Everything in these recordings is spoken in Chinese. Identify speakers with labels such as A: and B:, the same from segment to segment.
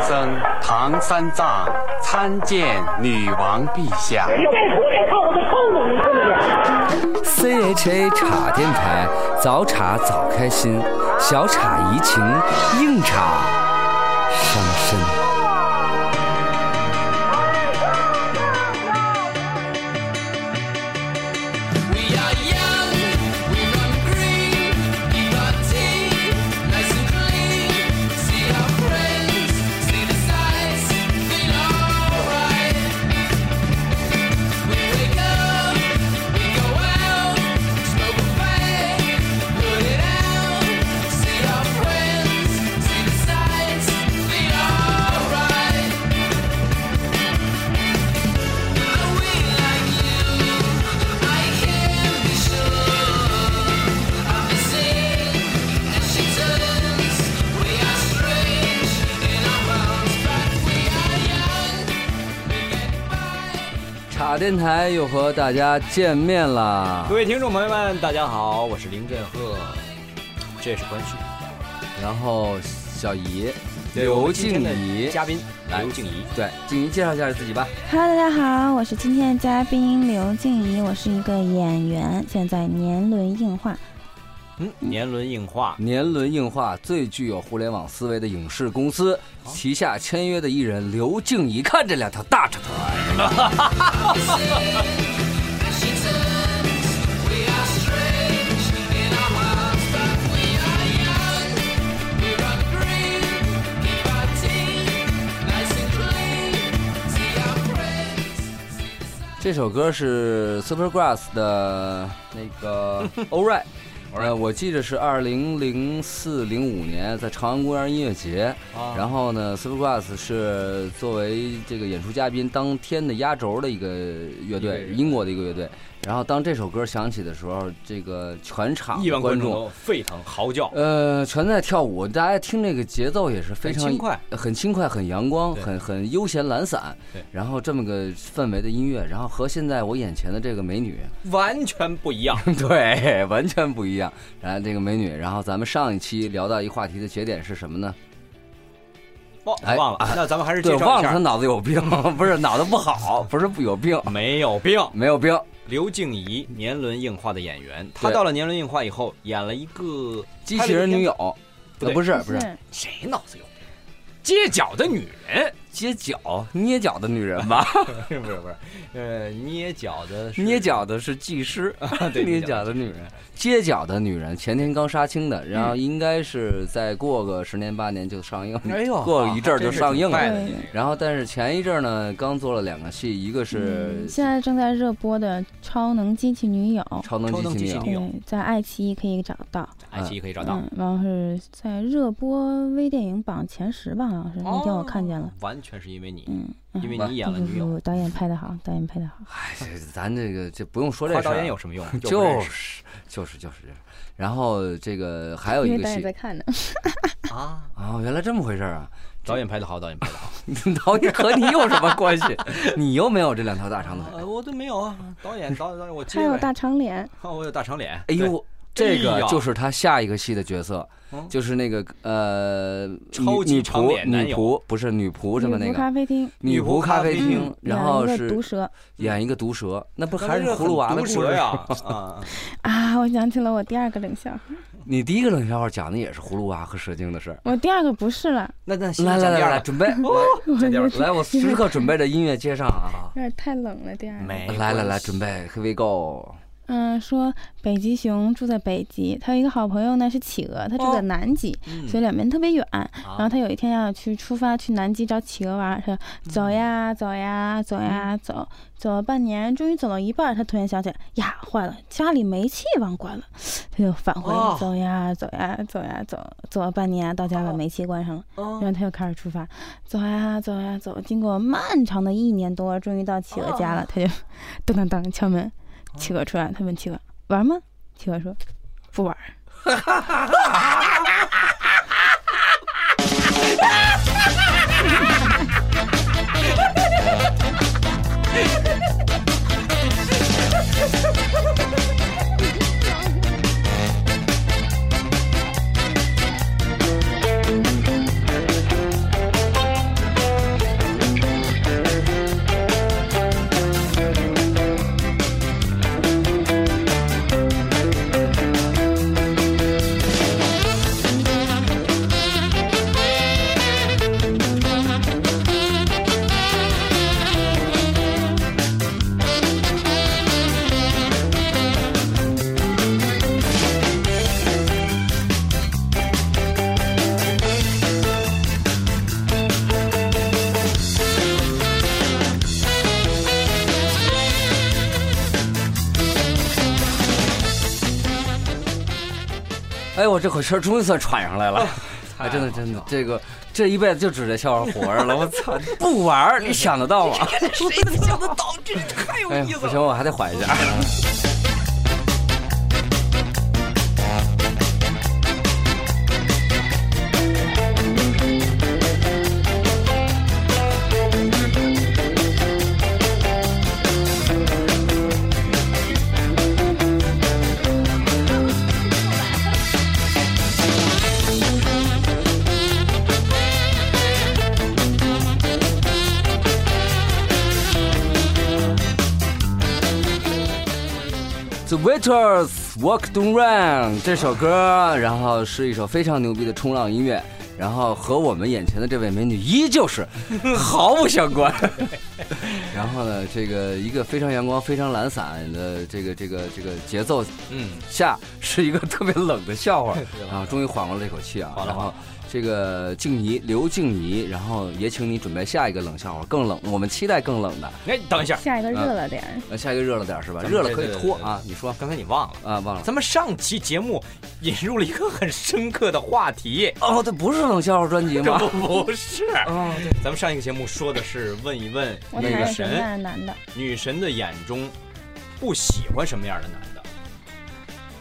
A: 僧唐三藏参见女王陛下。
B: CHA 茶电台，早茶早开心，小茶怡情，硬茶伤身。
C: We are young, we run green, eat our tea, nice and clean. See our friends, see the sights, feel alright. We wake up, we go out, smoke a fag, put it out. See our friends, see the sights, feel alright. I will like you. I can be sure I'm the same as she turns. We are strange in our worlds, but we are young. We get by.
B: 茶电台又和大家见面啦！
D: 各位听众朋友们，大家好，我是林振赫，这是关旭，
B: 然后小怡，
D: 对
B: 刘
D: 我们今
B: 静
D: 天的
B: 怡，
D: 嘉宾
B: 来
D: 刘静怡，
B: 对，静怡介绍一下自己吧。
E: Hello，大家好，我是今天的嘉宾刘静怡，我是一个演员，现在年轮硬化。
D: 嗯，年轮映画，
B: 年轮映画最具有互联网思维的影视公司旗下签约的艺人刘静怡，看这两条大长腿儿，这首歌是 Supergrass 的那个 All Right。呃，我记着是二零零四零五年在长安公园音乐节，
D: 啊
B: 然后呢，Supergrass 是作为这个演出嘉宾当天的压轴的一个乐
D: 一
B: 队
D: 个，
B: 英国的一个乐队。然后当这首歌响起的时候，这个全场
D: 亿万观
B: 嗯观
D: 众
B: 众
D: 都沸腾嚎叫，
B: 呃，全在跳舞，大家听这个节奏也是非常
D: 很轻快、
B: 很轻快、很阳光、
D: 对
B: 很很悠闲懒散。
D: 对
B: 然后这么个氛围的音乐，然后和现在我眼前的这个美 女，
D: 完全不一样。
B: 对，完全不一样。然后这个美女，然后咱们上一期聊到一话题的节点是什么呢？
D: 哦，
B: 哎
D: 忘了，那咱们还是
B: 对，
D: 介绍
B: 忘
D: 一
B: 了她
D: 下，
B: 脑子有病， 不是脑子不好，不是有病，
D: 没有病。
B: 没有病。
D: 刘静怡，年轮映画的演员，她
B: 对
D: 到了年轮映画以后，演了一个
B: 机器人女友，
D: 不
B: 呃
D: 对
B: 不是不是
D: 谁脑子有病？街角的女人，
B: 街角捏脚的女人吧？
D: 不是不是不是，呃，捏脚的是
B: 捏脚的是技师，
D: 对
B: 捏
D: 捏脚
B: 脚的女人，街角的女人，前天刚杀青的，然后应该是再过个十年八年就上映，
D: 哎 呦
B: 过一阵儿就上映了。嗯
D: 还真是挺快
E: 的
D: 这女人
B: 然后，但是前一阵儿呢，刚做了两个戏，一个是
E: 嗯，现在正在热播的《超能机器女友》，
B: 《超能
D: 超能
B: 机
D: 机
B: 器
D: 器
B: 女
D: 女
B: 友》，
D: 友
E: 对，在爱奇艺可以找到。
D: 爱奇艺哎可以找到。
E: 嗯，然后是在热播微电影榜前十吧，好像是那天我看
B: 哦
E: 见了。
D: 完全是因为你，
E: 嗯，嗯
D: 因为你演
E: 不
D: 了
E: 不
D: 女友。
E: 不，导演拍的好，导演拍的好。
B: 哎，这咱这个这不用说这
D: 夸
B: 事儿啊
D: 导演有什么用？又不
B: 就
D: 认识
B: 是就是就是这样。然后这个还有
E: 因
B: 一
E: 为
B: 个
E: 导演
B: 戏
E: 在看呢。
D: 啊，
B: 哦，原来这么回事儿啊！
D: 导演拍的好，导演拍的好。
B: 导演和你有什么关系？ 你又没有这两条大长腿。
D: 呃，我都没有啊，导演，导演，导演，我
E: 还
D: 接
E: 有
D: 呗。
E: 大长脸，
D: 哦我有大长脸。
B: 哎呦，
D: 对
B: 这个
D: 哎呀
B: 就是他下一个戏的角色，
D: 嗯
B: 就是那个呃，
D: 超级
B: 女女
D: 长
B: 仆
D: 脸男
B: 女
D: 友
B: 仆不是女仆什么那
E: 女仆
B: 个
E: 咖啡厅，
B: 女仆咖啡
D: 女仆咖啡
B: 厅
E: 嗯，
B: 然
E: 演
B: 后
E: 一个
B: 是
E: 毒蛇
B: 演一个毒蛇，那不
D: 对
B: 还是葫芦娃的
D: 毒
B: 故事
D: 蛇？呀？ 啊，
E: 啊！我想起了我第二个冷笑话，
B: 你第一个冷笑话讲的也是葫芦娃和蛇精的事儿。
E: 我第二个不是了，
D: 那那行
B: 来来
D: 讲
B: 来
D: 第
B: 来
D: 二
B: 来，
D: 个
B: 准备，
E: 我
D: 讲第二
E: 有
D: 个
B: 来，我时刻准备着音乐接上啊！
E: 点太冷了。第二个，
D: 没关系
B: 来来来，准备，Here we go！
E: 嗯，说北极熊住在北极，他有一个好朋友呢是企鹅，他住在南极，
D: 嗯
E: 所以两边特别远。然后
D: 啊
E: 他有一天要去出发去南极找企鹅玩，他
D: 嗯
E: 说走呀走呀走呀走，走了半年，终于走到一半，他突然想起来呀，坏了，家里煤气忘关了，他就返回、
D: 哦
E: 走呀走呀走呀走，走了半年到家把煤气关上了，
D: 哦
E: 然后他又开始出发，走呀走呀走，经过漫长的一年多，终于到企鹅
D: 哦
E: 家了，他就 噔噔噔敲门，企鹅出来，他问企鹅玩吗？企鹅说不玩。
B: 哎，我这口气儿终于算喘上来了。哎，
D: 太
B: 真的
D: 好
B: 真的，这个这一辈子就指着笑话活着了。我操，不玩儿你想得到吗？
F: 谁能想得到？这是太有
B: 哎
F: 意，思
B: 不
F: 了。
B: 行，我还得缓一下。The Waiters Walk Don't Run 这首歌，然后是一首非常牛逼的冲浪音乐，然后和我们眼前的这位美女依旧是毫不相 关。然后呢，这个一个非常阳光、非常懒散的这个这个这个节奏
D: 嗯，
B: 下，是一个特别冷的笑 话，
D: 冷
B: 然后终于缓过了这口气啊。
D: 缓了
B: 然
D: 缓
B: 后这个静怡，刘静怡，然后也请你准备下一个冷笑话，更冷，我们期待更冷的。
D: 哎，等一下，
E: 下一个热了点儿，
B: 呃，下一个热了点儿是吧？
D: 咱们
B: 热了
D: 这
B: 可以
D: 个
B: 脱啊，你说
D: 刚才你忘了，
B: 啊，忘了。
D: 咱们上期节目引入了一个很深刻的话题，
B: 哦，这不是冷笑话专辑
D: 这
B: 吗？
D: 不不是，
B: 哦，
D: 咱们上一个节目说的是问一问
E: 我
D: 女
E: 哪是什么
D: 神，
E: 样的男的？
D: 女神的眼中不喜欢什么样的男的？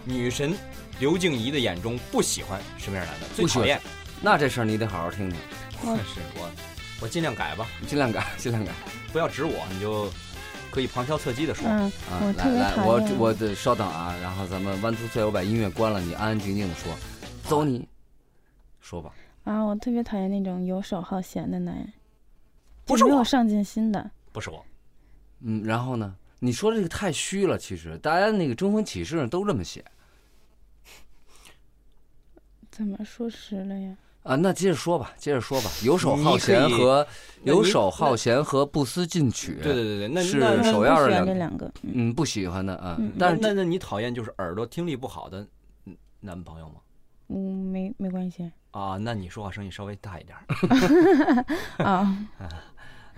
D: 女神刘静怡的眼中不喜欢什么样的男的？最
B: 不喜
D: 讨
B: 欢嗯
D: 厌
B: 那这事儿你得好好听听，
E: 我
D: 是我，我尽量改吧，
B: 你尽量改，尽量改
D: 不要指我，你就可以旁敲侧击的说。
E: 嗯，
B: 啊！
E: 我
B: 来
E: 特别
B: 来，
E: 讨
B: 我
E: 厌
B: 我得稍等啊，然后咱们 one two three，我把音乐关了，你安安静静的说，走你，说吧，
E: 啊，我特别讨厌那种游手好闲的男人，
D: 不
E: 就是没有
D: 我
E: 上进心的。
D: 不是我，
B: 嗯，然后呢？你说这个太虚了，其实大家那个征婚启事上都这么写
E: 怎么说实了呀？
B: 啊。那接着说吧，接着说吧。游手好闲
D: 你可以
B: 和
D: 那
B: 游
D: 你
B: 手好闲和不思进取，
D: 对对对对，那
B: 是
E: 我
D: 那
E: 不
B: 呃首要是
E: 喜
B: 两
E: 欢
B: 个
E: 这两个，嗯
B: 嗯，不喜欢的啊
E: 嗯。
B: 但
D: 那
B: 是
D: 那那你讨厌就是耳朵听力不好的嗯男朋友吗？
E: 嗯，没没 关系
D: 啊，那你说话声音稍微大一点儿。
E: 啊。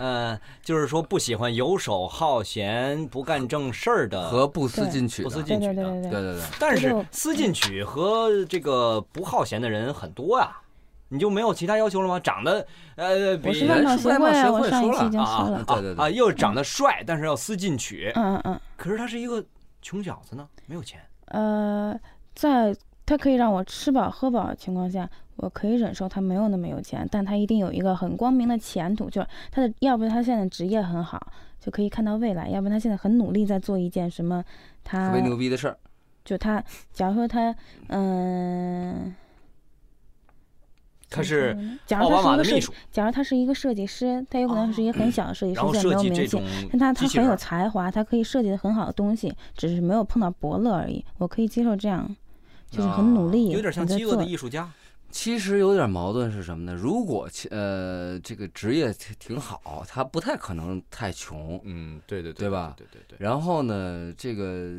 D: 嗯，就是说不喜欢游手好闲、不干正事儿的
B: 和不思
E: 对
B: 进取
D: 不
B: 的，
D: 思
B: 对
D: 进
E: 对
D: 取
E: 对对
D: 的。
E: 对
B: 对对，
D: 但
E: 这
D: 是
E: 就
D: 思进取和这个不好闲的人很多呀，你就没有其他要求了吗？长得呃
E: 我
D: 比
E: 是外貌
B: 是外
E: 协
B: 貌
E: 会
B: 协
E: 啊，
B: 会
E: 我上一
B: 说
E: 期
B: 了
E: 已经说了
B: 啊。对对对
D: 啊，又长得帅，但是要思进取，
E: 嗯嗯嗯，
D: 可是他是一个穷小子呢，没有钱。
E: 呃，在他可以让我吃饱喝饱的情况下，我可以忍受他没有那么有钱，但他一定有一个很光明的前途，就是他的，要不他现在职业很好，就可以看到未来；要不他现在很努力在做一件什么，
B: 特
E: 他
B: 别牛逼的事儿。
E: 就他，假如说他，嗯、
D: 他
E: 怎么
D: 是
E: 说呢嗯假如
D: 奥巴马
E: 他
D: 的
E: 是
D: 秘
E: 一个设
D: 书，
E: 假如他是一个设计师，他有可能是一个很小的设计师，
D: 然后
E: 现在
D: 设
E: 没
D: 计
E: 有
D: 这
E: 名气
D: 种，
E: 但他他
D: 机器
E: 很有
D: 人
E: 才华，他可以设计的很好的东西，只是没有碰到伯乐而已。我可以接受这样，就是很努力，
D: 有点像
E: 我在
D: 饥饿的
E: 做
D: 艺术家。
B: 其实有点矛盾是什么呢？如果其呃这个职业挺挺好，他不太可能太穷。
D: 嗯，对对
B: 对对吧
D: 对对对。
B: 然后呢，这个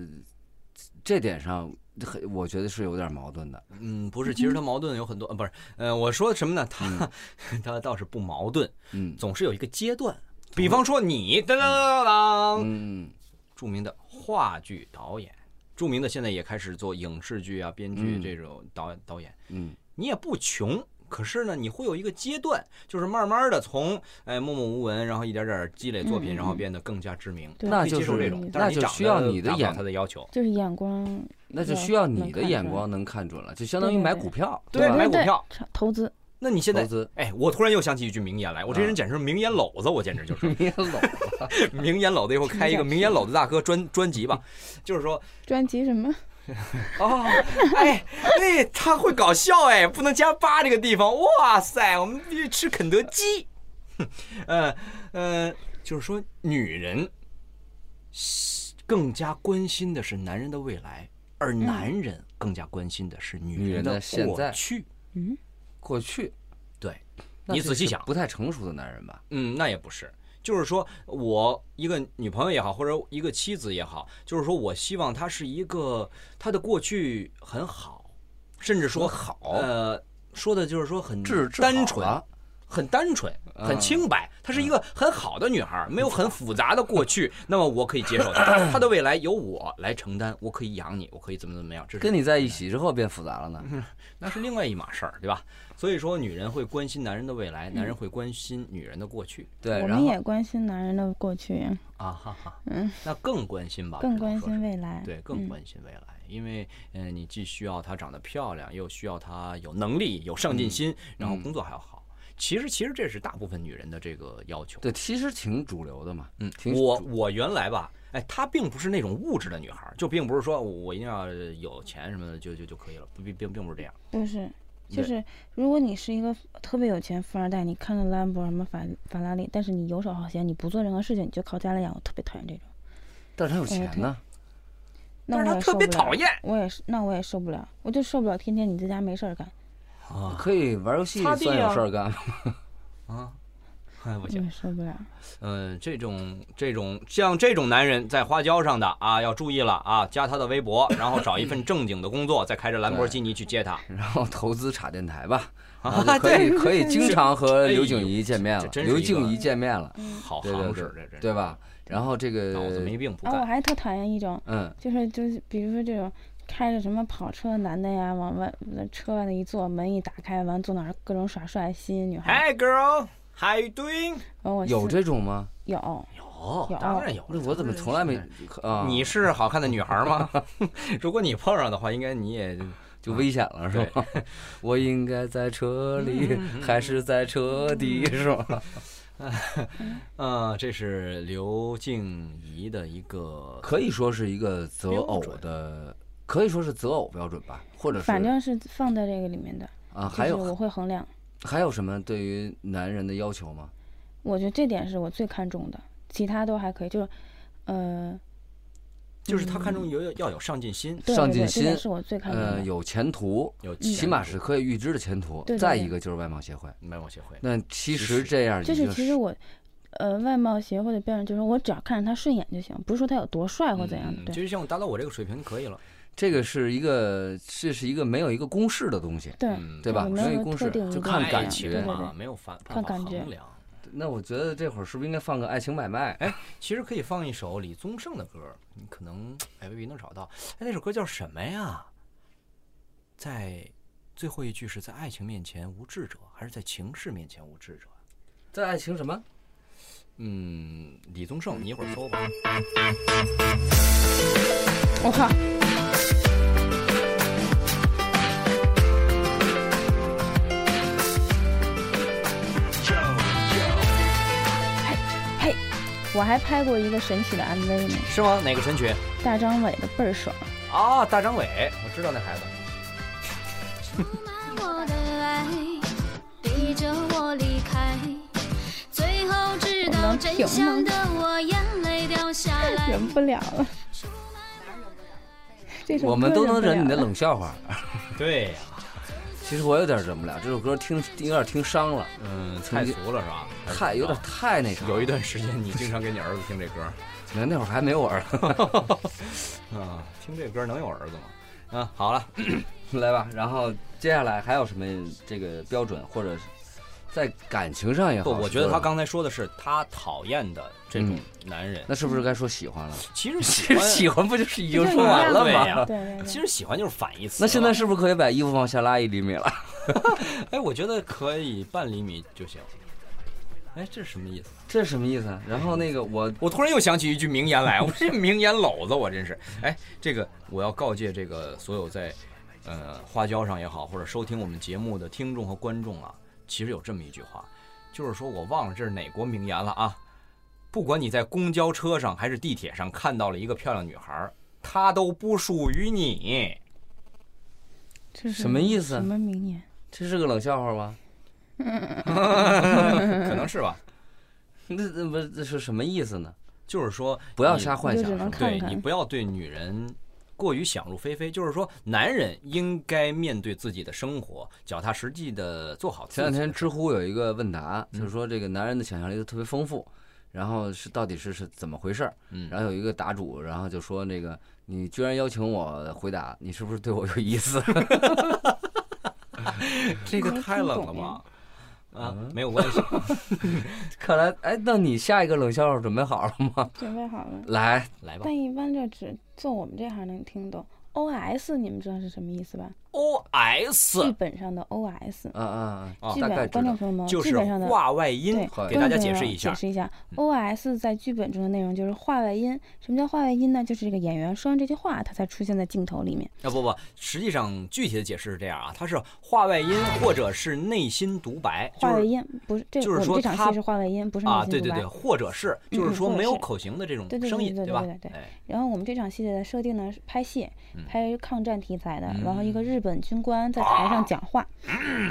B: 这点上，很我觉得是有点矛盾的。
D: 嗯，不是，其实他矛盾有很多，呃不是，呃，我说什么呢？他、 他倒是不矛盾，
B: 嗯
D: 总是有一个阶段。比方说你，当当当当，
B: 嗯
D: 著名的话剧导演，著名的现在也开始做影视剧啊、编剧
B: 嗯
D: 这种导导演，
B: 嗯，
D: 你也不穷。可是呢，你会有一个阶段，就是慢慢的从哎默默无闻，然后一点点积累作品，
E: 嗯嗯
D: 然后变得更加知名。
E: 对
B: 那
D: 可以
B: 就
D: 接受
B: 是
D: 这种，但
B: 那
D: 是你
B: 就
D: 长
B: 需要
D: 得
B: 你的
D: 达不到
B: 眼
D: 他，的要求。
E: 就是眼光，
B: 那就
E: 要
B: 需要
E: 能
B: 你的
E: 看
B: 眼
E: 出来
B: 光能看准了，就相当于
E: 对对
B: 买
E: 对
B: 股票，
D: 对哎
B: 吧
D: 买
E: 对
D: 股
E: 对
D: 票，
E: 炒投资，
D: 那你现在
B: 投资。
D: 哎，我突然又想起一句名言来，我
B: 啊
D: 这人简直是名言篓子，我简 直就是
B: 你也老
D: 名言篓子。以后开一个名言篓子大哥专专辑吧，就是说，
E: 专辑什么
D: 哦，哎，哎，他会搞笑哎，不能加八这个地方，哇塞，我们必须吃肯德基。 哼呃呃，就是说，女人更加关心的是男人的未来，而男人更加关心的是
B: 嗯女
D: 女
B: 人
D: 人
B: 的
D: 的
B: 现
D: 过
B: 在
D: 去。
B: 过去，
D: 对，
B: 那
D: 你
B: 这
D: 仔细
B: 是
D: 想啊
B: 不太成熟的男人吧？
D: 嗯，那也不是，就是说我一个女朋友也好，或者一个妻子也好，就是说我希望她是一个她的过去很好，甚至说
B: 很好
D: 呃，说的就是说很
B: 治治
D: 单
B: 好
D: 纯，
B: 了嗯
D: 很单纯、很清白，她是一个很好的女孩，没有很复杂的 过去，那么我可以接受她，她的未来由我来承担，我可以养你，我可以怎么怎么样，这是
B: 跟你在一起之后变复杂了呢。
D: 那是另外一码事儿，对吧？所以说，女人会关心男人的未来，男人会关心女人的过去
B: 对，
E: 我
B: 然
E: 们
B: 后
E: 也关心男人的过去，
D: 啊，哈哈，那更关心吧，
E: 嗯更
D: 只能
E: 关
D: 说是
E: 心未来。嗯
D: 对，更关心未来，因为嗯、呃你既需要她长得漂亮，又需要她有能力、有上进
E: 嗯
D: 心，然后工作还要好。其实，其实这是大部分女人的这个要求。
B: 对，其实挺主流的嘛。
D: 嗯
B: 挺，
D: 我我原来吧，哎，她并不是那种物质的女孩儿，就并不是说我我一定要有钱什么的就就就可以了，不并并并不是这样。
E: 就是就
D: 对
E: 是，如果你是一个特别有钱富二代，你看了兰博什么法法拉利，但是你游手好闲，你不做任何事情，你就靠家里养，我特别讨厌这种。
B: 但是他有钱呢。
E: 那
D: 但是她
E: 我也
D: 特
E: 受
D: 别
E: 不了
D: 讨厌
E: 我也是，那我也受不了，我就受不了天天你在家没事儿干，
D: 啊
B: 可以玩游戏
D: 擦
B: 算
D: 地
B: 有
D: 啊
B: 事儿干，
D: 哎，不
E: 我
D: 行，
E: 也受不了。
D: 嗯、这种这种像这种男人在花椒上的啊，要注意了啊，加他的微博，然后找一份正经的工作，再开着兰博基尼去接他。
B: 然后投资插电台吧，然后就可以可以经常和刘景怡见面了
D: 啊这，真是一
B: 刘
D: 个嗯
B: 静怡见面了，
D: 好
B: 对
D: 行
B: 对
D: 式，这
B: 对
D: 这，
B: 对吧？然后这个
D: 脑子没病不
E: 啊，我
D: 干。
E: 还特讨厌一种，
B: 嗯，
E: 就是就是，比如说这种开着什么跑车的男的呀，往外车外头一坐，门一打开，完坐哪儿各种耍帅，吸引女孩。
D: Hi girl, how you doing？
E: 完我
B: 有
E: 是
B: 这种吗？
E: 有，
D: 哦
E: 有
D: 当然有
B: 那我怎么从来没啊？
D: 你是好看的女孩吗？ 如果你碰上的话，应该你也
B: 就危险了是吧？ 我应该在车
D: 嗯
B: 里还是在车底是吧？
D: 呃，这是刘静怡的一个
B: 可以说是一个择偶
D: 标
B: 的，可以说是择偶标准吧，或者是
E: 反正是放在这个里面的，
B: 啊，
E: 就
B: 还
E: 是我
B: 有
E: 会衡量。
B: 还有什么对于男人的要求吗？
E: 我觉得这点是我最看重的，其他都还可以，就是，呃，
D: 就是她看中
E: 嗯
D: 有有要有上进心，
E: 对
B: 上进
E: 对对，这点
B: 心
E: 是我最看重
B: 呃，
E: 的。
B: 有前途，
D: 有
B: 起码是可以预知的前途。
E: 嗯对对
B: 再
E: 对
B: 一个就是外貌协会。
D: 没有协会。
B: 那其
D: 其
B: 实
D: 实
B: 这样已
E: 就
B: 经
E: 是其实我，呃，外貌协会的标准就是我只要看着他顺眼就行，不是说他有多帅或怎样的。
D: 嗯，
E: 对
D: 就是像达到我这个水平就可以了。
B: 这个是一个这是一个没有一个公式的东西，
E: 对，
D: 嗯
B: 对吧？
E: 我没
B: 没有一
E: 有
B: 个公
E: 特
B: 式，
E: 定
B: 就
E: 一
B: 看
E: 个
B: 感
E: 对
B: 觉啊
E: 对
B: 嘛。
E: 对
D: 啊嘛，没有法办
E: 看
D: 法
E: 感觉
D: 衡量。
B: 那我觉得这会儿是不是应该放个《爱情买卖》？哎，
D: 其实可以放一首李宗盛的歌，你可能哎未必能找到。哎，那首歌叫什么呀？在最后一句是在爱情面前无智者，还是在情势面前无智者？啊
B: 在爱情什么？
D: 嗯，李宗盛，你一会儿搜吧。
E: 我靠，嘿，我还拍过一个神奇的 MV 呢，
D: 是吗？哪个神曲？
E: 大张伟的倍儿爽。
D: 啊，大张伟，我知道那孩子。
G: 我的爱，逼着我离开，最后知道真相的我眼泪掉下来。
E: 忍不了了。这首
B: 我们
E: 歌
B: 都能
E: 不
B: 忍你
E: 了
B: 的
E: 了
B: 冷笑话。
D: 对呀、
B: 其实我有点忍不了，这首歌听有点听伤了，
D: 嗯，太俗了是吧？
B: 太有点太那啥。
D: 有一段时间你经常给你儿子听这歌。
B: 那那会儿还没我儿 子，
D: 啊，听这歌能有儿子吗？啊，好了，
B: 来吧。然后接下来还有什么这个标准，或者是在感情上也
D: 不，
B: 好？
D: 我觉得他刚才说的是他讨厌的这种
B: 嗯
D: 男人，
B: 那是不是该说喜欢了？
D: 其实
B: 其
D: 喜
B: 实
D: 欢
B: 喜欢不就是已经
E: 就
B: 说完了
D: 对
B: 吗？
D: 呀
E: 对对对，
D: 其实喜欢就是反义词。
B: 那现在，是不是可以把衣服往下拉一厘米了？
D: 哎，我觉得可以半厘米就行。哎，这是什么意思？
B: 这是什么意思啊？然后那个我
D: 我突然又想起一句名言来，我 这名言篓子，我真是。哎，这个我要告诫这个所有在，呃，花椒上也好，或者收听我们节目的听众和观众啊，其实有这么一句话，就是说我忘了这是哪国名言了啊。不管你在公交车上还是地铁上看到了一个漂亮女孩，她都不属于你。
E: 这是
B: 什么意思啊
E: 什么名言？
B: 这是个冷笑话吗？
D: 可能是吧？
B: 那那不这是什么意思呢？
D: 就是说
B: 不要
D: 你
B: 瞎幻
E: 你
B: 想
E: 就只
B: 是
E: 能
B: 吗。
E: 看
D: 对你不要对女人过于想入非非，就是说，男人应该面对自己的生活，脚踏实地的做好自己。
B: 前两天知乎有一个问答，就是说这个男人的想象力都特别丰富，然后是到底是是怎么回事儿？
D: 嗯
B: 然后有一个答主，然后就说那个你居然邀请我回答，你是不是 对我有意思？
D: 这个太冷了
E: 没听懂
D: 吧？
E: 嗯
D: 啊，没有关系。
B: 看来，哎，那你下一个冷笑话准备好了吗？
E: 准备好了。
B: 来，
D: 来 吧
E: 但一般这只做我们这行能听懂。O S 你们知道是什么意思吧？
D: ，O S
E: 剧本上的 O S，
B: 嗯嗯，
D: 啊
E: 剧
B: 大概
E: 本
B: 知
E: 观众
B: 道。
E: 朋友们，
D: 就
E: 剧
D: 是
E: 本上的
D: 话外音
E: 对，
B: 好
D: 给大家
E: 观众
D: 解
E: 朋
D: 释
E: 友
D: 一下嗯
E: 解。释一下，O S 在剧本中的内容就是话外音。什么叫话外音呢？就是这个演员说完这句话，他才出现在镜头里面。
D: 啊不不，实际上具体的解释是这样啊，它是话外音或者是内心独白，就
E: 话外
D: 是
E: 音不是这
D: 就是
E: 我们
D: 说
E: 这场
D: 他
E: 戏是话外音，不是
D: 啊
E: 内
D: 对
E: 心
D: 对
E: 独
D: 对，
E: 白。嗯
D: 或者是就是说没有口型的这种
E: 对对对
D: 声音，
E: 对对
D: 吧
E: 对对？对
D: 哎，
E: 然后我们这场戏的设定呢，是拍戏，拍抗战题材的，
D: 嗯啊
E: 然后一个日本军官在台上讲话，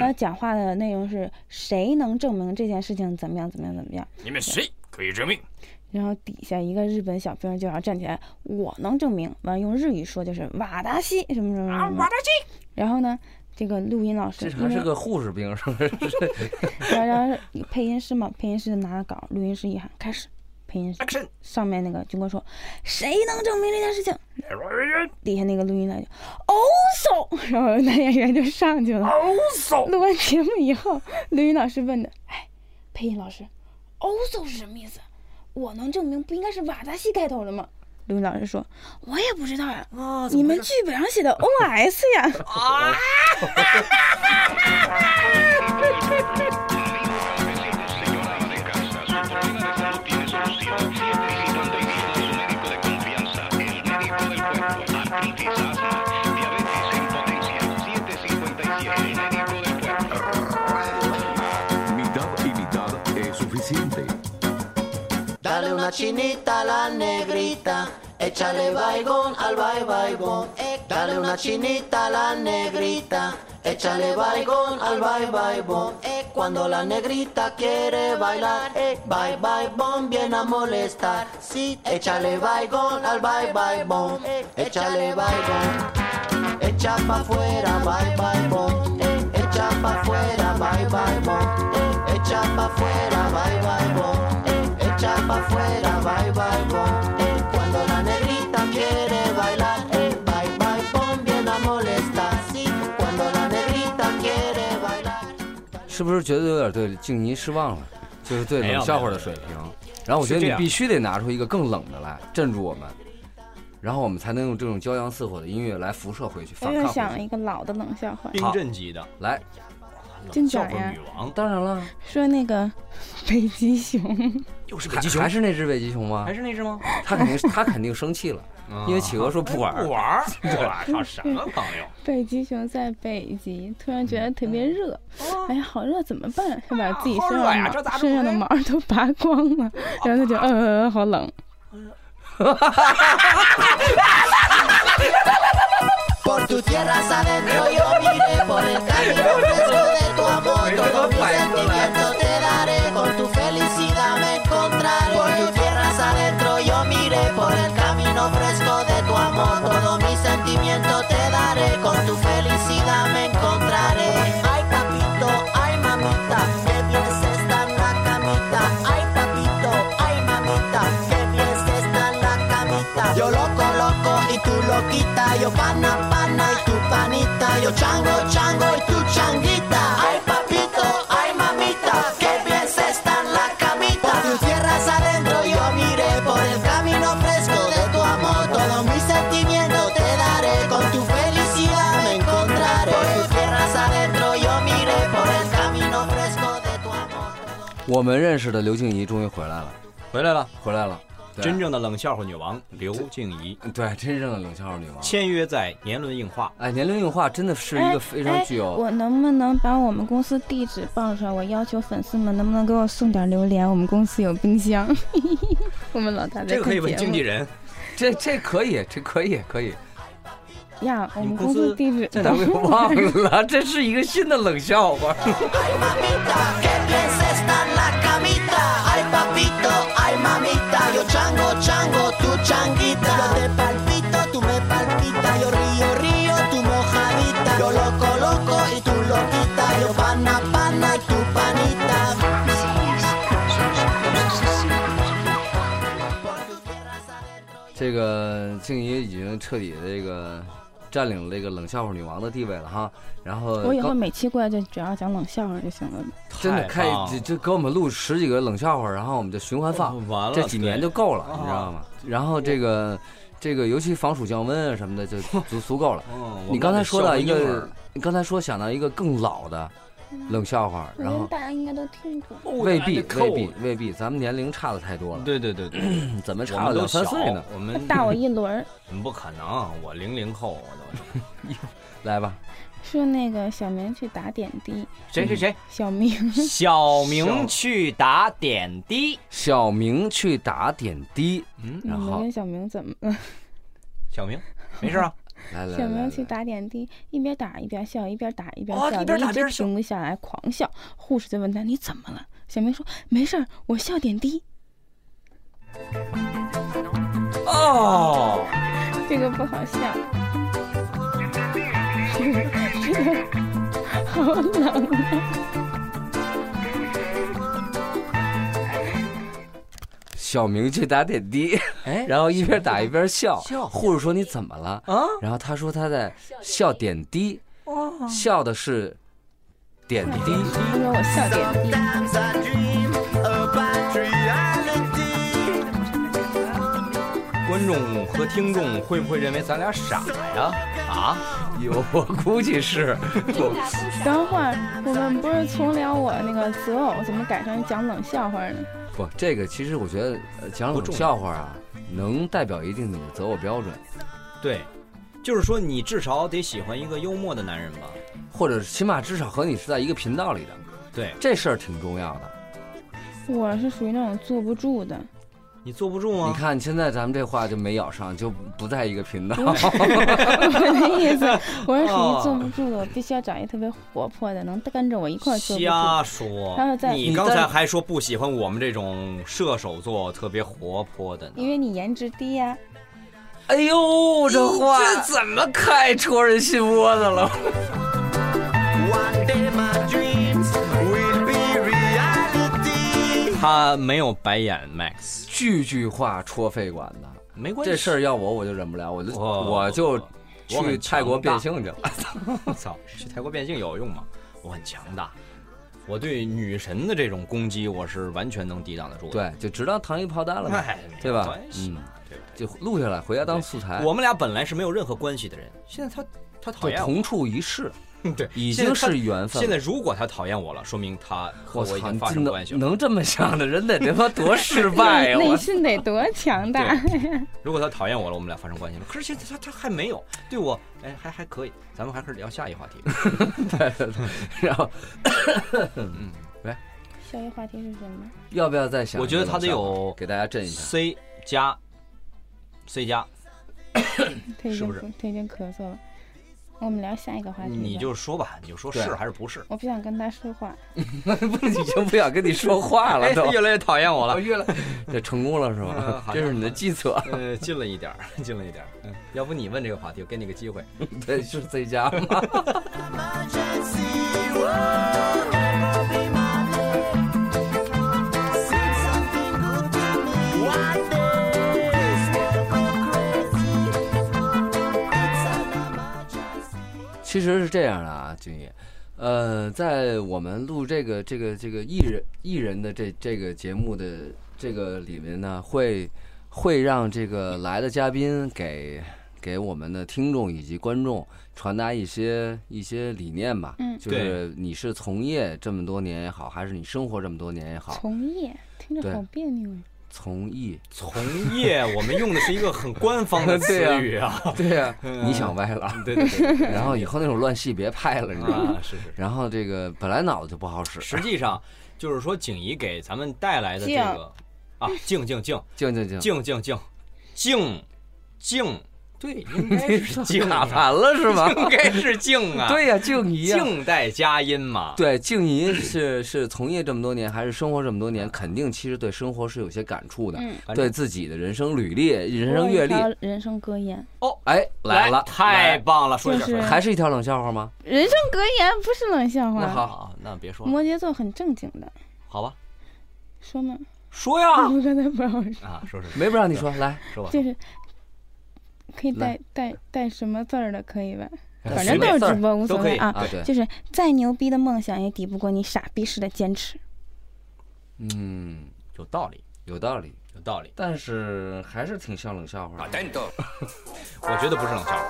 E: 然后讲话的内容是谁能证明这件事情怎么样怎么样怎么样，
D: 你们谁可以证明？
E: 然后底下一个日本小兵就要站起来，我能证明。完了用日语说就是瓦达西什么什么啊什么。瓦达西。然后呢，这个录音老师
B: 这
E: 因
B: 还是
E: 为
B: 个护士兵，是不是？
E: 然后然后是配音师嘛，配音师就拿着稿，录音师一喊开始，配音师
D: Action
E: 上面那个军官说谁能证明这件事情？底下那个录音男就哦手， 然后男演员就上去了。哦手。录完节目以后，录音老师问的，哎，配音老师，哦手是什么意思？我能证明不应该是瓦达西开头的吗？录音老师说：“我也不知道呀，你们剧本上写的 O S 呀。”
H: Mitad y mitad es suficiente.
I: Dale una chinita a la negrita, échale baigón al bye baigón. Dale una chinita a la negrita, échale baigón al bye baigón. Cuando la negrita quiere bailar, eh, bye baigón viene a molestar. Sí, échale baigón al bye baigón, échale baigón. Echa pa' fuera, bye bye bom. Echa pa' fuera, bye bye bom. Echa pa' fuera, bye bye bom. Echa pa' fuera, bye bye bom. Cuando la negrita quiere bailar, eh, bye bye bom viene a molestar. Sí, cuando la negrita quiere bailar.
B: 是不是觉得有点对静怡失望了？就是对冷笑话的水平。然后我觉得
D: 是这
B: 你
D: 样
B: 必须得拿出一个更冷的来镇住我们，然后我们才能用这种骄阳似火的音乐来辐射回去，
E: 我
B: 反
E: 又
B: 抗
E: 哎想了
B: 回
E: 一
B: 去。
E: 个老的冷笑话，
D: 冰镇级的嗯
B: 来，
E: 真
D: 笑
E: 假
D: 话
E: 呀
D: 女？王，
B: 当然了，
E: 说那个北极熊，
D: 又是北
B: 还
D: 极熊
B: 还，是那只北极熊吗
D: 还？是那只吗？
B: 他肯定是他肯定生气了，因为企鹅说不玩儿
D: 不。玩 儿，我靠，什么朋友？
E: 北极熊在北极，突然觉得特别热，哎呀，好热，怎么办？他把自己身上
D: 哦好热呀
E: 的
D: 这咋整哎
E: 毛身上的毛都拔 光了，然后他就呃，好冷。
I: Por tu tierra adentro yo miré, por el camino fresco de tu amor, todo mi sentimiento te daré, con tu felicidad me encontraré. Por tu tierra adentro yo miré, por el camino fresco de tu amor, todo mi sentimiento te daré, con tu felicidad me encontraré. Ay papito, ay mamita, qué bien se está en la camita. Ay papito, ay mamita, qué bien se está en la camita. Yo loco, loco y tú loquita, yo pana, pana y tu panita, yo chango, chango y tu changuita. Ay papito, ay mamita, qué bien se está en la camita. Por tus tierras adentro yo miré, por el camino fresco de tu amor, todo mi sentimiento te daré, con tu felicidad me encontraré. Por tus tierras adentro yo miré, por el camino fresco de tu amor.
B: 我们认识的刘静怡终于回来了，
D: 回来了，
B: 回来了，对
D: 真正的冷笑话女王刘静怡，
B: 对真正的冷笑话女王。
D: 签约在年轮映画。
B: 哎，年龄硬化真的是一个非
D: 哎
B: 常具有
E: 哎我能不能把我们公司地址报出来？我要求粉丝们能不能给我送点榴莲？我们公司有冰箱。 我们老大在
D: 这个可以问
E: 看节
D: 经
E: 目
D: 纪人，
B: 这这可以，这可以可以，
E: 呀，我
D: 你
E: 们
D: 们公
E: 公司
D: 司
E: 地址
B: 这咱们给忘了， 这是一个新的冷笑话。
I: Ay mamita, qué bien se está en la camita. Ay papito, ay mamita, yo chango, chango, tú changuita. Yo te palpito, tú me palpitas. Yo río, río, tú mojadita. Yo loco, loco y tú loquita. Yo pana, pana y tú panita.
B: 这个静怡已经彻底的这个占领了这个冷笑话女王的地位了哈。然后
E: 我以后
B: 刚
E: 每期过来就只要讲冷笑话就行了。
B: 真的
D: 太
B: 开
D: 棒了
B: 就就给我们录十几个冷笑话，然后我们就循环放，
D: 完了
B: 这几年就够了，
D: 对
B: 你知道吗？然后这个这个尤其防暑降温啊什么的就足足够了。
D: 嗯，
B: 你刚才说到
D: 到
B: 一个， 你刚才说想到一个更老的冷笑话，然后
G: 嗯
E: 大家应该都听过。
B: 未必未必未必，咱们年龄差的太多了，
D: 对对对对，
B: 怎么
D: 我
B: 差
D: 们
B: 了
D: 都
B: 两
D: 小
B: 三岁呢？
D: 我 们
E: 大我一轮儿，
D: 不可能，我零零后，我都是
B: 来吧，
E: 说那个小明去打点滴，
D: 谁 谁谁，
E: 小明
D: 小明去打点滴，
B: 小明去打点滴，
D: 嗯，
E: 你
B: 然
E: 们
B: 后
E: 跟小明怎么了？
D: 小明没事啊，
B: 来来
E: 小
B: 来
E: 明去
B: 来，
E: 打点滴，一边打一边笑，一边打一边
F: 哦
E: 笑，
F: 一边
E: 就
F: 打一边
E: 直
F: 笑
E: 停不下来，狂笑。护士就问他你怎么了？小明说没事儿，我笑点滴。
D: 哦，
E: 这个不好笑。 这个这个好冷啊！
B: 小明去打点滴，
D: 哎
B: 然后一边打一边笑
D: 笑。
B: 护士说你怎么了？
D: 啊，
B: 然后他说他在笑点滴，笑的是哦点滴。
E: 他说我笑点滴。
I: Sometimes I dream about reality.
D: 观众和听众会不会认为咱俩傻呀？啊，
B: 有， 我估计 是我
E: 等会儿我们不是从聊我那个择偶，怎么改成讲冷笑话呢？
B: 不这个，其实我觉得呃讲
D: 不
B: 冷
D: 重要
B: 笑话啊，能代表一定你的择偶标准，
D: 对，就是说你至少得喜欢一个幽默的男人吧？
B: 或者起码至少和你是在一个频道里的，
D: 对
B: 这事儿挺重要的。
E: 我是属于那种坐不住 的，
D: 你坐不住啊
B: 你
D: 吗？
B: 看现在咱们这话就没咬上，就不在一个频道。
E: 我的意思，我是属于
F: 哦
E: 坐不住的，我必须要找一个特别活泼的，能跟着我一块儿坐不住。
D: 瞎说
E: 还有！在
D: 你刚才还说不喜欢我们这种射手座特别活泼的
E: 因
D: 呢。
E: 为你颜值低呀、
B: 哎呦，这话这怎么太戳人心窝子了？
I: One day my dreams will be reality.
D: 他没有白眼，Max，
B: 句句话戳肺管的，
D: 没关系。
B: 这事儿要我我就忍不了，我就
D: 哦
B: 我就
D: 我很
B: 去泰国变
D: 强大
B: 性去了。
D: 我操，去泰国变性有用吗？我很强大，我对女神的这种攻击，我是完全能抵挡得住的。
B: 对，就直当糖衣炮弹了嘛，
D: 哎，没
B: 对吧
D: 关？系
B: 嗯，就录下来，回家当素材。
D: 我们俩本来是没有任何关系的人，现在他他讨
B: 就
D: 厌我，
B: 同处一室，
D: 对，
B: 已
D: 现在
B: 经
D: 他
B: 是缘分了。
D: 现在如果他讨厌我了，说明他和
B: 我
D: 我已
B: 操，
D: 经
B: 你
D: 发
B: 这
D: 生
B: 能
D: 关系了。
B: 能这么想的人得他妈多失 败
D: 哎
B: 呀！
E: 内
B: 我
E: 心得多强大！
D: 如果他讨厌我了，我们俩发生关系了。可是现在他他还没有对我，哎，还还可以，咱们还是聊下一话题。
B: 然后
E: 下一个话题是什么？
B: 要不要再想一个冷笑话？
D: 我觉得他得有
B: 给大家震一下。
D: C 加，C 加，
E: 他已
D: 是不是
E: 经他已经咳嗽了。我们聊下一个话题吧。
D: 你就说吧，你就说
B: 对
D: 是还是不是。
E: 我不想跟他说话。
B: 已经不想跟你说话了，
D: 哎，
B: 都
D: 他越来越讨厌我了
B: 我。越来 这成功了是
D: 嗯
B: 吗？
D: 好像
B: 这是你的计策，
D: 呃，近了一点儿， 近了一点儿。嗯，要不你问这个话题，我给你个机会。
B: 对，是 C 加吗？
I: Emergency. Whoa, never be my day. Sing something good to me. One day, it's gonna go crazy. It's an emergency.
B: 其实是这样的啊，俊逸，呃，在我们录这个这个这个艺人艺人的这这个节目的这个里面呢，会会让这个来的嘉宾给给我们的听众以及观众传达一些一些理念吧。
E: 嗯
B: 就是你是从业这么多年也好，还是你生活这么多年也好，
E: 从业听着
B: 对
E: 好别扭啊呀。
B: 从艺，
D: 从业，我们用的是一个很官方 的词
B: 对啊
D: 语啊。
B: 对呀、你想歪了。
D: 对对对，对
B: 然后以后那种乱戏别拍了，你知道吗
D: 啊，？是是。
B: 然后这个本来脑子就不好使，
D: 实际上，就是说景怡给咱们带来的这个啊，静静静
B: 静静静，
D: 静静静静静，对，应该是 静
B: 卡
D: 啊，
B: 盘了是吗？
D: 应该是静 啊，
B: 对呀、静怡、呀。
D: 静带佳音嘛。
B: 对，静怡是是从业这么多年，还是生活这么多年，肯定其实对生活是有些感触的，
E: 嗯
D: 反正
B: 对自己的人生履历、人
E: 我
B: 生
E: 有
B: 阅
E: 一
B: 历，
E: 条人生格言，
B: 哎，来了，
D: 太棒了，说一下
E: 就
D: 说一
E: 是
D: 下。
B: 还是一条冷笑话吗？
E: 人生格言不是冷笑
D: 那
E: 话。
D: 好好，啊那别说了，
E: 摩羯座很正经的，
D: 好吧，
E: 说吗？
D: 说呀
E: 我刚才不让我说，
D: 啊啊，说说说
B: 没不让你说，来，
D: 说吧。
E: 就是可以带
B: 来
E: 带带什么字儿的，可以吧？
D: 哎
E: 反
D: 随
E: 正
D: 便
E: 都
D: 字
E: 是
D: 儿
E: 直播，无
D: 都
E: 所
D: 可
E: 谓
D: 以
E: 啊。
B: 啊，对，
E: 就是再牛逼的梦想也抵不过你傻逼式的坚持。
B: 嗯，
D: 有道理，
B: 有道理，
D: 有道理。
B: 但是还是挺像冷笑话的。
D: 我觉得不是冷笑话，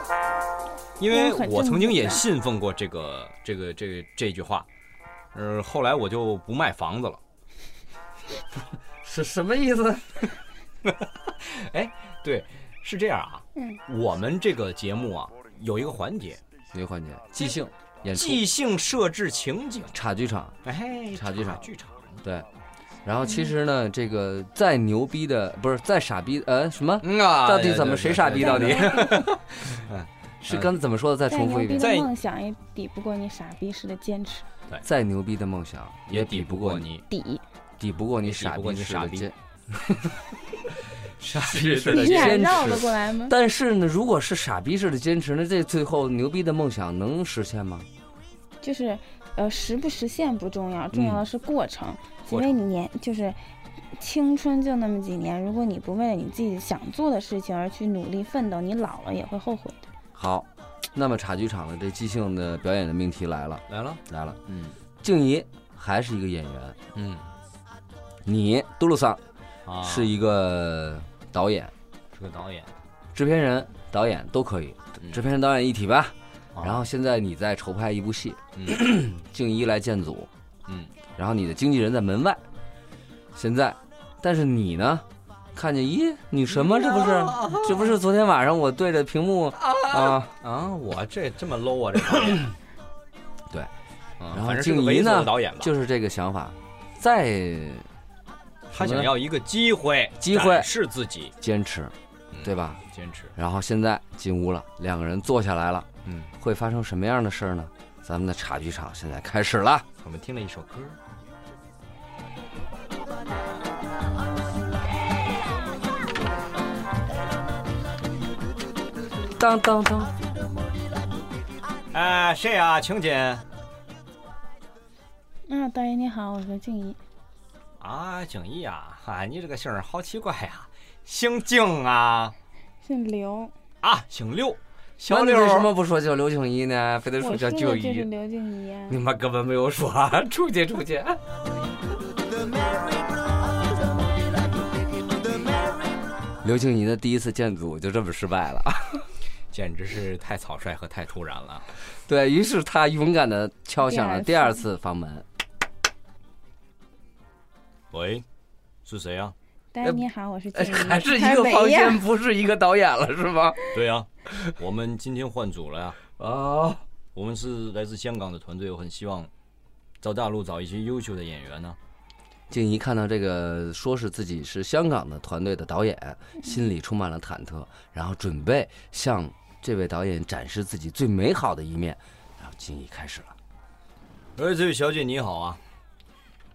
D: 因为
E: 因为很啊
D: 我
E: 正
D: 曾经也
E: 经
D: 信奉过这个这个这个这句话，呃，后来我就不卖房子了。
B: 是什么意思？
D: 对，是这样啊。
E: 嗯，
D: 我们这个节目啊，有一个环节，
B: 一个环节，即兴演出，
D: 即兴设置情景。
B: 茶剧场。
D: 哎，
B: 茶剧场
D: 剧场。
B: 对，然后
E: 嗯
B: 其实呢，这个再牛逼的，不是再傻逼，呃，什么？
D: 嗯啊，
B: 到底
D: 对
B: 怎么
D: 对
B: 谁
D: 对
B: 傻
D: 对
B: 逼？
D: 对
B: 到底
D: 嗯
B: 是刚才怎么说的？再
E: 再
B: 重
E: 牛
B: 复一
E: 逼
B: 遍。
E: 的
D: 再
E: 梦想也抵不过你傻逼式的坚持。
B: 再牛逼的梦想
D: 也
B: 抵
D: 抵
B: 不
D: 不
B: 过
D: 过
B: 你，
D: 你
E: 抵，
B: 抵不过你
D: 也抵
B: 傻
D: 不过
B: 逼
D: 你
B: 似
D: 傻
B: 的
D: 逼
B: 坚。
D: 傻逼似
E: 你俩
B: 坚
E: 绕
B: 持
E: 得过来吗？
B: 但是呢，如果是傻逼式的坚持，那这最后牛逼的梦想能实现吗？
E: 就是，呃，实不实现不重要，重要
B: 嗯
E: 的是过程。因
D: 过
E: 为你年就是青春就那么几年，如果你不为了你自己想做的事情而去努力奋斗，你老了也会后悔的。
B: 好，那么茶剧场的这即兴的表演的命题来了，
D: 来了，
B: 来了。
D: 嗯
B: 静怡还是一个演员，
D: 嗯
B: 你嘟噜桑
D: 啊，
B: 是一个导演、
D: 是个导演，
B: 制片人、导演都可以，
D: 嗯
B: 制片人、导演一体吧。
D: 啊
B: 然后现在你在筹拍一部戏，
D: 嗯
B: 静怡来建组，
D: 嗯，
B: 然后你的经纪人在门外。现在，但是你呢？看见咦，你什么？这不是，这不是昨天晚上我对着屏幕啊？
D: 啊，我这这么 low 啊，这导 演
B: 对
D: 啊，
B: 然后
D: 反正是个
B: 静
D: 猥
B: 怡
D: 琐
B: 呢
D: 的导演吧，
B: 就是这个想法，再
D: 他
B: 什么
D: 想
B: 呢
D: 要一个机会，
B: 机会
D: 是自己，
B: 坚持，
D: 嗯
B: 对？吧？
D: 坚持，
B: 然后现在进屋了，两个人坐下来了，
D: 嗯，
B: 会发生什么样的事儿呢？咱们的茶剧场现在开始了。
D: 我们听了一首歌，
B: 当当当，
D: 哎，谁啊，请进
E: 啊，导演你好，我是静怡。
D: 啊，景逸啊，啊，你这个姓儿好奇怪呀，姓静啊，
E: 姓刘，
D: 啊，姓六，小
B: 那你
D: 六
B: 为什么不说叫刘景一呢？非得
E: 我
B: 说叫
E: 说的
B: 舅
E: 就
B: 姨
E: 是？刘静怡啊。
B: 你妈根本没有说，啊，出去出去。刘静怡的第一次建组就这么失败了，
D: 简直是太草率和太突然了。
B: 对于是她勇敢的敲响了第
E: 第
B: 二
E: 二
B: 次房门。
D: 喂，是谁呀、
E: 导演你好，我是静怡。
B: 哎还是一
E: 台
B: 个
E: 北
B: 房
E: 呀
B: 间，不是一个导演了，是吗？
D: 对呀、我们今天换组了呀、
B: 哦，
D: 我们是来自香港的团队，我很希望到大陆找一些优秀的演员呢、
B: 静怡看到这个说是自己是香港的团队的导演，心里充满了忐忑，然后准备向这位导演展示自己最美好的一面。然后静怡开始了，
D: 哎，这位小姐你好啊，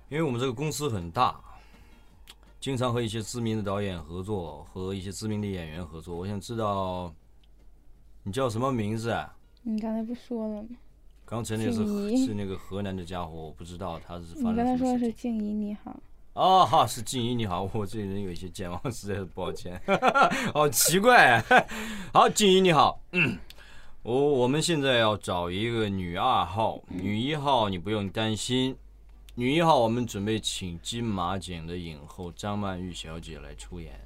D: 因为我们这个公司很大，经常和一些知名的导演合作，和一些知名的演员合作。我想知道你叫什么名字、啊？
E: 你刚才不说了吗？
D: 刚才那个是
E: 静怡
D: 是那个河南的家伙，我不知道他是
E: 你
D: 发
E: 刚
D: 生
E: 才
D: 什
E: 说
D: 么
E: 的
D: 事
E: 是
D: 情。
E: 静怡你好，
D: 啊哈，是静怡，你好， 我这人有一些健忘，实在是抱歉， 好奇怪、 好，静怡你好，嗯，我我们现在要找一个女二号，女一号你不用担心，女一号我们准备请金马奖的影后张曼玉小姐来出演，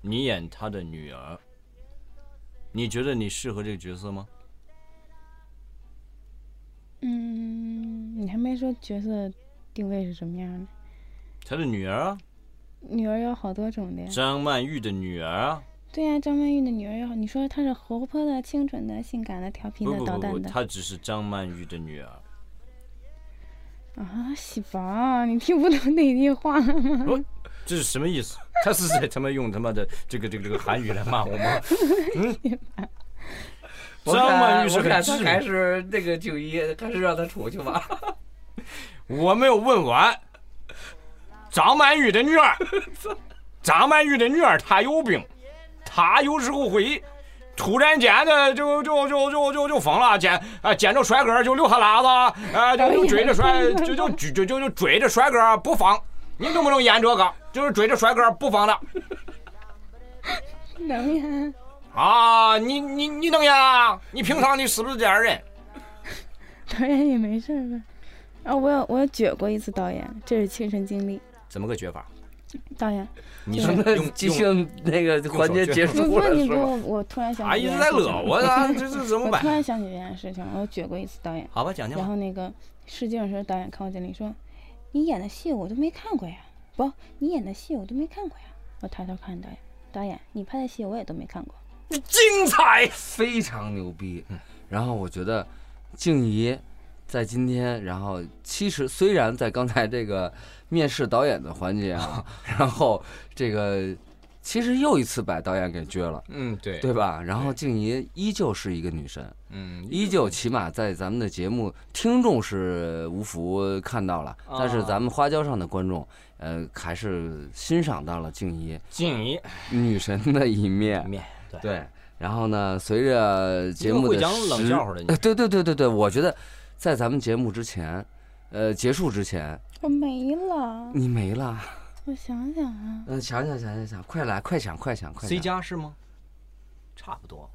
D: 你演她的女儿，你觉得你适合这个角色吗？
E: 嗯，你还没说角色定位是什么样的？
D: 她的女儿啊，
E: 女儿有好多种的呀。
D: 张曼玉的女儿啊，
E: 对呀、张曼玉的女儿有好，你说她是活泼的、清纯的、性感的、调皮
D: 不
E: 的、
D: 不
E: 捣
D: 不不，
E: 蛋的
D: 她只是张曼玉的女儿。
E: 啊，喜房，你听不懂哪句话了吗？
D: 这是什么意思？他是在他妈用他妈的这个这个这个韩语来骂我吗？嗯，张曼玉是很致命，
B: 是那个静怡，还是让他出去吧。
D: 我没有问完。张曼玉的女儿，张曼玉的女儿她有病，她有时候会突然间的就就就就就就疯了，见啊见着帅哥就流哈喇子，啊就就追着帅就就就就就就追着帅哥不放，你能不能演这个？就是追着帅哥不放的。
E: 能呀，
D: 啊，你你你怎么样？你平常你是不是这样人？
E: 导演也没事儿吧？啊，我有我有撅过一次导演，这是亲身经历。
D: 怎么个绝法？
E: 导演，
D: 你是
B: 什么
D: 用
B: 即
D: 用？
B: 兴那个环节结
E: 不
B: 束
E: 不，
B: 了是
E: 你给
B: 吧？
E: 我，我突然想
D: 啊，
E: 起
D: 一直
E: 一件
D: 在
E: 事情
D: 惹 我呢，这这怎么
E: 我突
D: 办？
E: 然想起这件事情，我撅过一次导演，
D: 好吧，讲讲
E: 然
D: 吧。
E: 后那个试镜的时候，导演看我经理说：“你演的戏我都没看过呀，不，你演的戏我都没看过呀。”我抬头看着导演，导演，你拍的戏我也都没看过。
D: 精彩！
B: 非常牛逼。然后我觉得静怡在今天，然后其实虽然在刚才这个面试导演的环节啊， 然后这个其实又一次把导演给撅了，
D: 嗯，对，
B: 对吧？然后静怡依旧是一个女神，
D: 嗯，
B: 依旧起码在咱们的节目听众是无福看到了，但是咱们花椒上的观众，呃，还是欣赏到了静怡
D: 静怡
B: 女神的一面。
D: 面对
B: 对，然后呢，随着节目
D: 会
B: 的
D: 讲冷
B: 时
D: 笑话的你
B: 呃对对对对对，我觉得在咱们节目之前，呃，结束之前
E: 我没了，
B: 你没了，
E: 我想想啊，
B: 嗯、想想想想想，快来，快想，快想，快
D: C
B: 想，
D: 加是吗？差不多。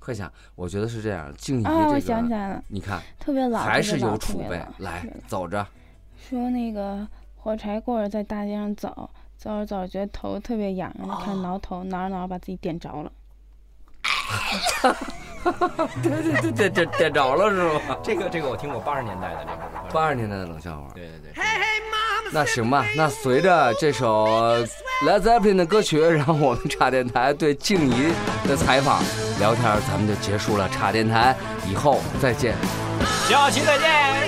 B: 快想，我觉得是这样，静怡这个，
E: 啊，我想起来了，
B: 你看
E: 特别老，
B: 还
E: 特别
B: 是
E: 老
B: 有
E: 特
B: 储
E: 别
B: 备
E: 老，
B: 来
E: 特别老
B: 走着，
E: 说那个火柴棍儿在大街上走，走着走着觉得头特别痒，然后看挠头，挠着挠着把自己点着了。
B: 对对对对，点点着了是 吗？
D: 这个这个我听过八十年代的那会儿，
B: 八十年代的冷笑话，
D: 对对对，
B: 那行吧，那随着这首 Led Zeppelin 的歌曲，然后我们茶电台对静怡的采访聊天，咱们就结束了。茶电台以后再见。
D: 下期再见。